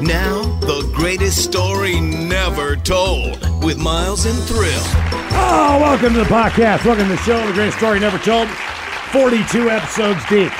Now, the greatest story never told with Miles and Thrill. Oh, welcome to the podcast. Welcome to the show. The greatest story never told. 42 episodes deep.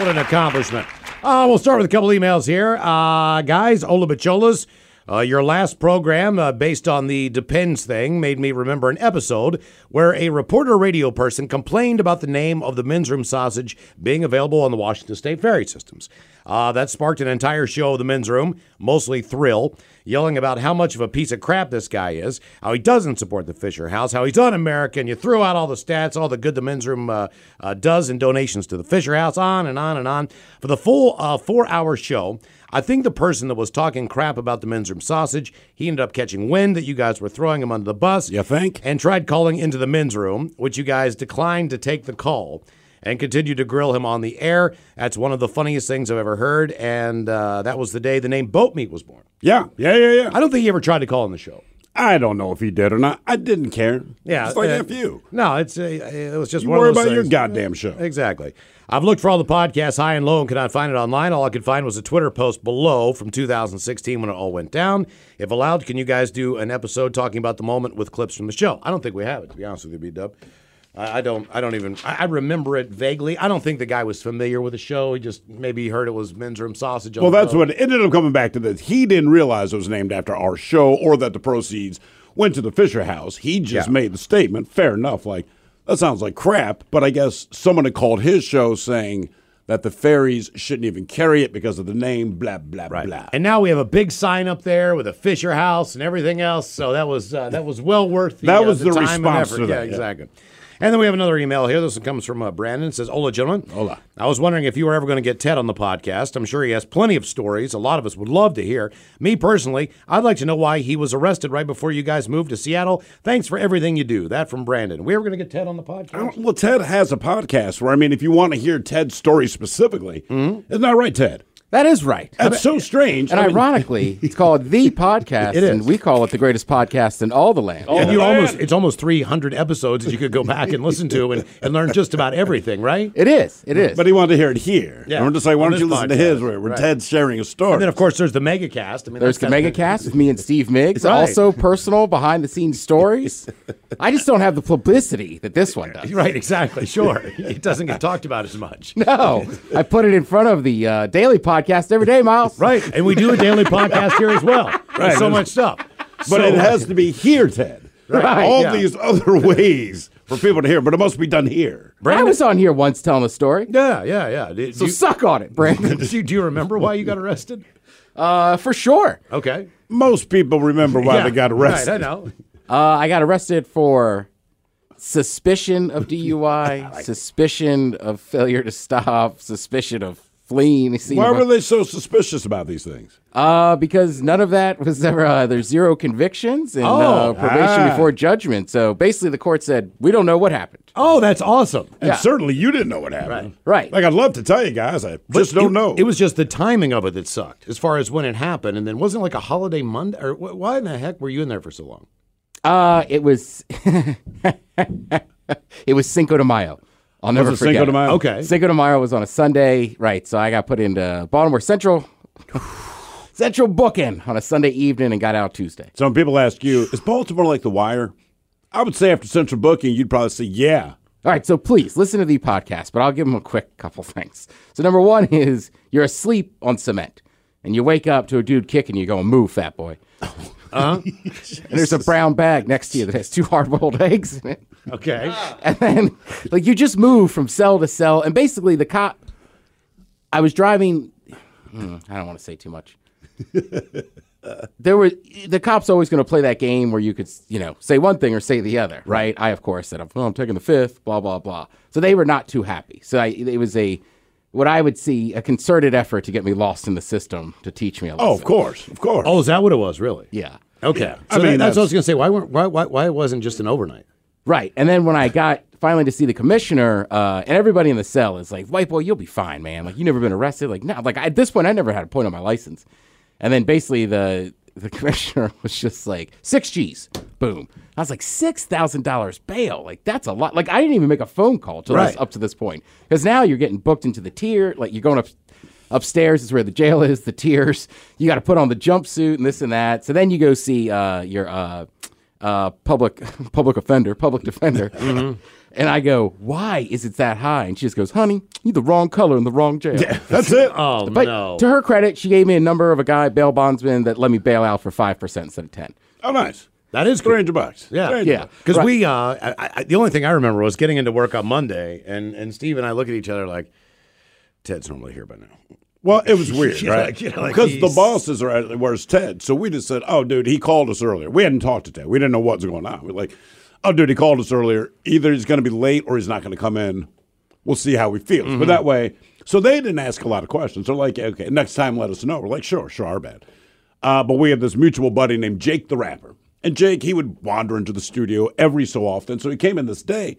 What an accomplishment. Uh, we'll start with a couple emails here. Uh, guys, Ola Bacholas, uh, your last program uh, based on the Depends thing made me remember an episode where a reporter radio person complained about the name of the men's room sausage being available on the Washington State ferry systems. Uh, that sparked an entire show of the men's room, mostly Thrill, yelling about how much of a piece of crap this guy is, how he doesn't support the Fisher House, how he's un American. You threw out all the stats, all the good the men's room uh, uh, does in donations to the Fisher House, on and on and on. For the full uh, four hour show, I think the person that was talking crap about the men's room sausage, he ended up catching wind that you guys were throwing him under the bus. You think? And tried calling into the men's room, which you guys declined to take the call and continued to grill him on the air. That's one of the funniest things I've ever heard. And uh, that was the day the name Boat Meat was born. Yeah, yeah, yeah, yeah. I don't think he ever tried to call on the show. I don't know if he did or not. I didn't care. Yeah, it's like uh, F you. No, it's uh, it was just You one worry of those about your things. goddamn show. Exactly. I've looked for all the podcasts high and low and could not find it online. All I could find was a Twitter post below from 2016 when it all went down. If allowed, can you guys do an episode talking about the moment with clips from the show? I don't think we have it. To be honest with you, B Dub, I, I don't. I don't even. I, I remember it vaguely. I don't think the guy was familiar with the show. He just maybe heard it was Men's Room Sausage. on Well, the that's road. what it ended up coming back to this. He didn't realize it was named after our show or that the proceeds went to the Fisher House. He just Yeah. made the statement. Fair enough. Like, that sounds like crap, but I guess someone had called his show saying that the ferries shouldn't even carry it because of the name, blah, blah, blah. And now we have a big sign up there with a Fisher House and everything else. So that was uh, that was well worth the, That uh, was the time and response effort. to that, Yeah, yeah. exactly. And then we have another email here. This one comes from uh, Brandon. It says, "Hola, gentlemen. Hola. I was wondering if you were ever going to get Ted on the podcast. I'm sure he has plenty of stories. A lot of us would love to hear. Me personally, I'd like to know why he was arrested right before you guys moved to Seattle. Thanks for everything you do. That from Brandon. We were going to get Ted on the I podcast. don't- Well, Ted has a podcast where, I mean, if you want to hear Ted's story specifically, Mm-hmm. isn't that right, Ted? That is right. That's so strange. and I mean- ironically, it's called the podcast, It is. Oh. and we call it the greatest podcast in all the land. And you man. almost it's almost 300 episodes that you could go back and listen to and, and learn just about everything, right? It is. It is. But he wanted to hear it here. Yeah. And we're just like, why On don't you this listen to his podcast. where, where Right. Ted's sharing a story? And then, of course, there's the megacast. I mean, There's the that's- MegaCast with me and Steve Miggs. Right. Also, personal behind the scenes stories. I just don't have the publicity that this one does. Right, exactly. Sure, it doesn't get talked about as much. No, I put it in front of the uh, daily podcast every day, Miles. Right, and we do a daily podcast here as well. Right, so there's- much stuff. but it has to be here, Ted. Right, All yeah. these other ways for people to hear, but it must be done here. I was on here once telling a story. Yeah, yeah, yeah. Do, So do suck on it, Brandon. you, do, you, do you remember why you got arrested? Uh, for sure. Okay. Most people remember why Yeah, they got arrested. Right, I know. Uh, I got arrested for suspicion of DUI, suspicion of failure to stop, suspicion of fleeing. the scene Why of a- were they so suspicious about these things? Uh, because none of that was ever, uh, there's zero convictions and uh, Oh, probation ah. before judgment. So basically, the court said, we don't know what happened. Oh, that's awesome. And certainly you didn't know what happened. Right. Right. Like, I'd love to tell you guys. I just But don't it, know. It was just the timing of it that sucked, as far as when it happened, and then wasn't it like a holiday Monday. Or wh- why in the heck were you in there for so long? Uh, it was, it was Cinco de Mayo. I'll never Was it forget. Cinco de it. Mayo? Okay. Cinco de Mayo was on a Sunday, right? So I got put into Baltimore Central, Central booking on a Sunday evening and got out Tuesday. Some people ask you, is Baltimore like The Wire? I would say after Central Booking, you'd probably say, yeah. All right, so please listen to the podcast, but I'll give them a quick couple things. So number one is you're asleep on cement, and you wake up to a dude kicking you, going, "Move, fat boy." and there's a brown bag next to you that has two hard-boiled eggs in it, Okay. and then like you just move from cell to cell, and basically the cop. I was driving. Hmm, I don't want to say too much. there were the cops always going to play that game where you could you know say one thing or say the other right i of course said well, i'm taking the fifth blah blah blah so they were not too happy so I, it was a what i would see a concerted effort to get me lost in the system to teach me a lesson Oh, of course. Of course. oh, is that what it was? Really? yeah Okay. I So mean, that- that's, that's- what I was gonna say. Why weren't why why why it wasn't just an overnight? right and then when i got finally to see the commissioner uh, and everybody in the cell is like white boy you'll be fine man like you never been arrested like no like at this point i never had a point on my license and then basically the the commissioner was just like six g's boom i was like six thousand dollars bail like that's a lot like i didn't even make a phone call till this Right. up to this point because now you're getting booked into the tier like you're going up Upstairs is where the jail is, the tears. You got to put on the jumpsuit and this and that. So then you go see uh, your uh, uh, public public offender, public defender. And I go, why is it that high? And she just goes, honey, you the wrong color in the wrong jail. That's it. Oh But no. to her credit, she gave me a number of a guy, bail bondsman, that let me bail out for 5% instead of 10 oh, nice. That is three good. hundred bucks. Yeah, $300. Yeah. Because Right. we, uh, I, I, the only thing I remember was getting into work on Monday, and and Steve and I look at each other like, Ted's normally here by now. Well, it was weird, Yeah, right? like, you know, like because the he's- bosses are at where's Ted, so we just said, "Oh, dude, he called us earlier. We hadn't talked to Ted. We didn't know what's going on. We're like, "Oh, dude, he called us earlier. Either he's going to be late or he's not going to come in. We'll see how he feels." Mm-hmm. But that way, so they didn't ask a lot of questions. They're like, "Okay, next time, let us know." We're like, "Sure, sure, our bad." Uh, but we have this mutual buddy named Jake the Rapper, and Jake he would wander into the studio every so often. So he came in this day.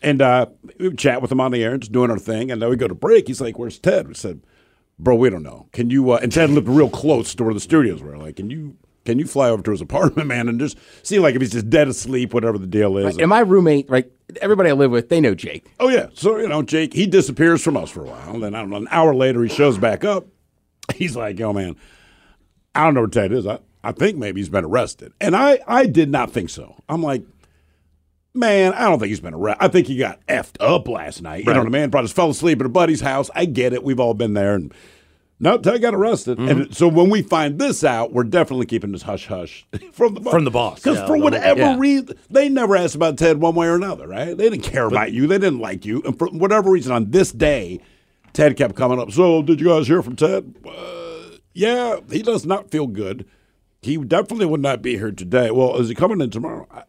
And uh, we would chat with him on the air, just doing our thing. And then we go to break. He's like, "Where's Ted?" We said, bro, we don't know. Can you? Uh, and Ted lived real close to where the studios were. Like, can you? Can you fly over to his apartment, man, and just see like if he's just dead asleep, whatever the deal is? And my roommate, like everybody I live with, they know Jake. oh yeah. So you know, Jake, he disappears from us for a while. Then I don't know. An hour later, he shows back up. He's like, yo, man, I don't know where Ted is. I, I think maybe he's been arrested. And I, I did not think so. I'm like, man, I don't think he's been arrested. I think he got effed up last night. You know what I mean? Probably just fell asleep at a buddy's house. I get it. We've all been there. And no, Ted got arrested. Mm-hmm. And so when we find this out, we're definitely keeping this hush hush from the boss. From the boss. Because Yeah, for the- whatever yeah. reason, they never asked about Ted one way or another, right? They didn't care about you. They didn't like you. And for whatever reason, on this day, Ted kept coming up. So did you guys hear from Ted? yeah, he does not feel good. He definitely would not be here today. Well, is he coming in tomorrow? I,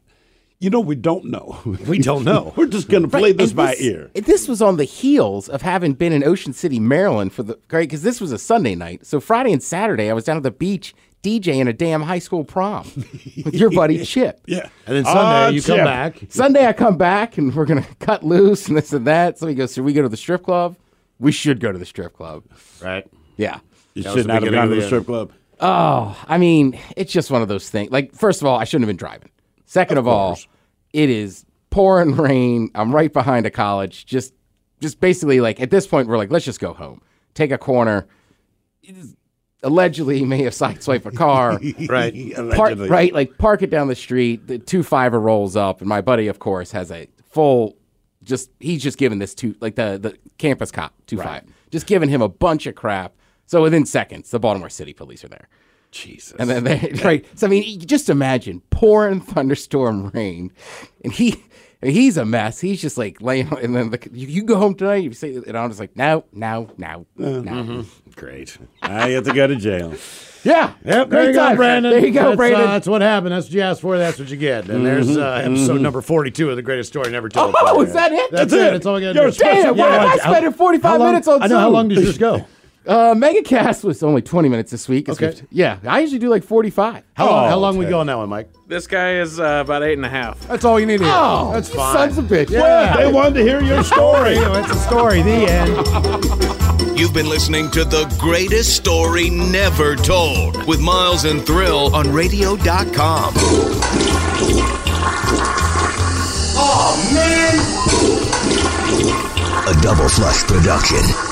you know, we don't know. We don't know. We're just going to play this And by ear. This was on the heels of having been in Ocean City, Maryland for the great because this was a Sunday night. So Friday and Saturday, I was down at the beach DJing a damn high school prom with your buddy Chip. Yeah. And then Sunday Ah, you come Chip. back. Sunday, I come back and we're gonna cut loose and this and that. So he goes, "Should we go to the strip club? We should go to the strip club." Right. Yeah. You That was should the not have beginning gone to of the the strip club. Oh, I mean, it's just one of those things. Like, first of all, I shouldn't have been driving. Second of, all, it is pouring rain. I'm right behind a college. Just, just basically, like at this point, we're like, let's just go home. Take a corner. It is- Allegedly, he may have sideswiped a car. Right. Park, Allegedly. right, like park it down the street. The two fiver rolls up, and my buddy, of course, has a full. Just he's just giving this two like the the campus cop two five, just giving him a bunch of crap. So within seconds, the Baltimore City Police are there. Jesus. And then they right. So I mean, you just imagine pouring thunderstorm rain, and he and he's a mess. He's just like laying. And then the, you, you go home tonight. You say, and I'm just like, no, no, Uh-huh. no, no. Mm-hmm. Great. I have to go to jail. Yeah, Yep, there Great you go, time. Brandon. There you go, that's, uh, Brandon. Mm-hmm. that's what happened. That's what you asked for. That's what you get. And there's uh, episode number 42 of The Greatest Story Never Told. oh, is that it? That's, That's it. it. That's all I got You're to do. special. Damn, why Yeah, am I how- spending 45 how long- minutes on I know. How Zoom? long does this go? Uh, MegaCast was only 20 minutes this week. Okay. Oh, Okay. Yeah, I usually do like 45. How long, how long we Oh, okay. go on that one, Mike? This guy is uh, about eight and a half. That's all you need to hear. Oh, that's you fine. sons of bitch. Yeah. They wanted to hear your story. You know, it's a story. The end. You've been listening to The Greatest Story Never Told with Miles and Thrill on radio.com. A double flush production.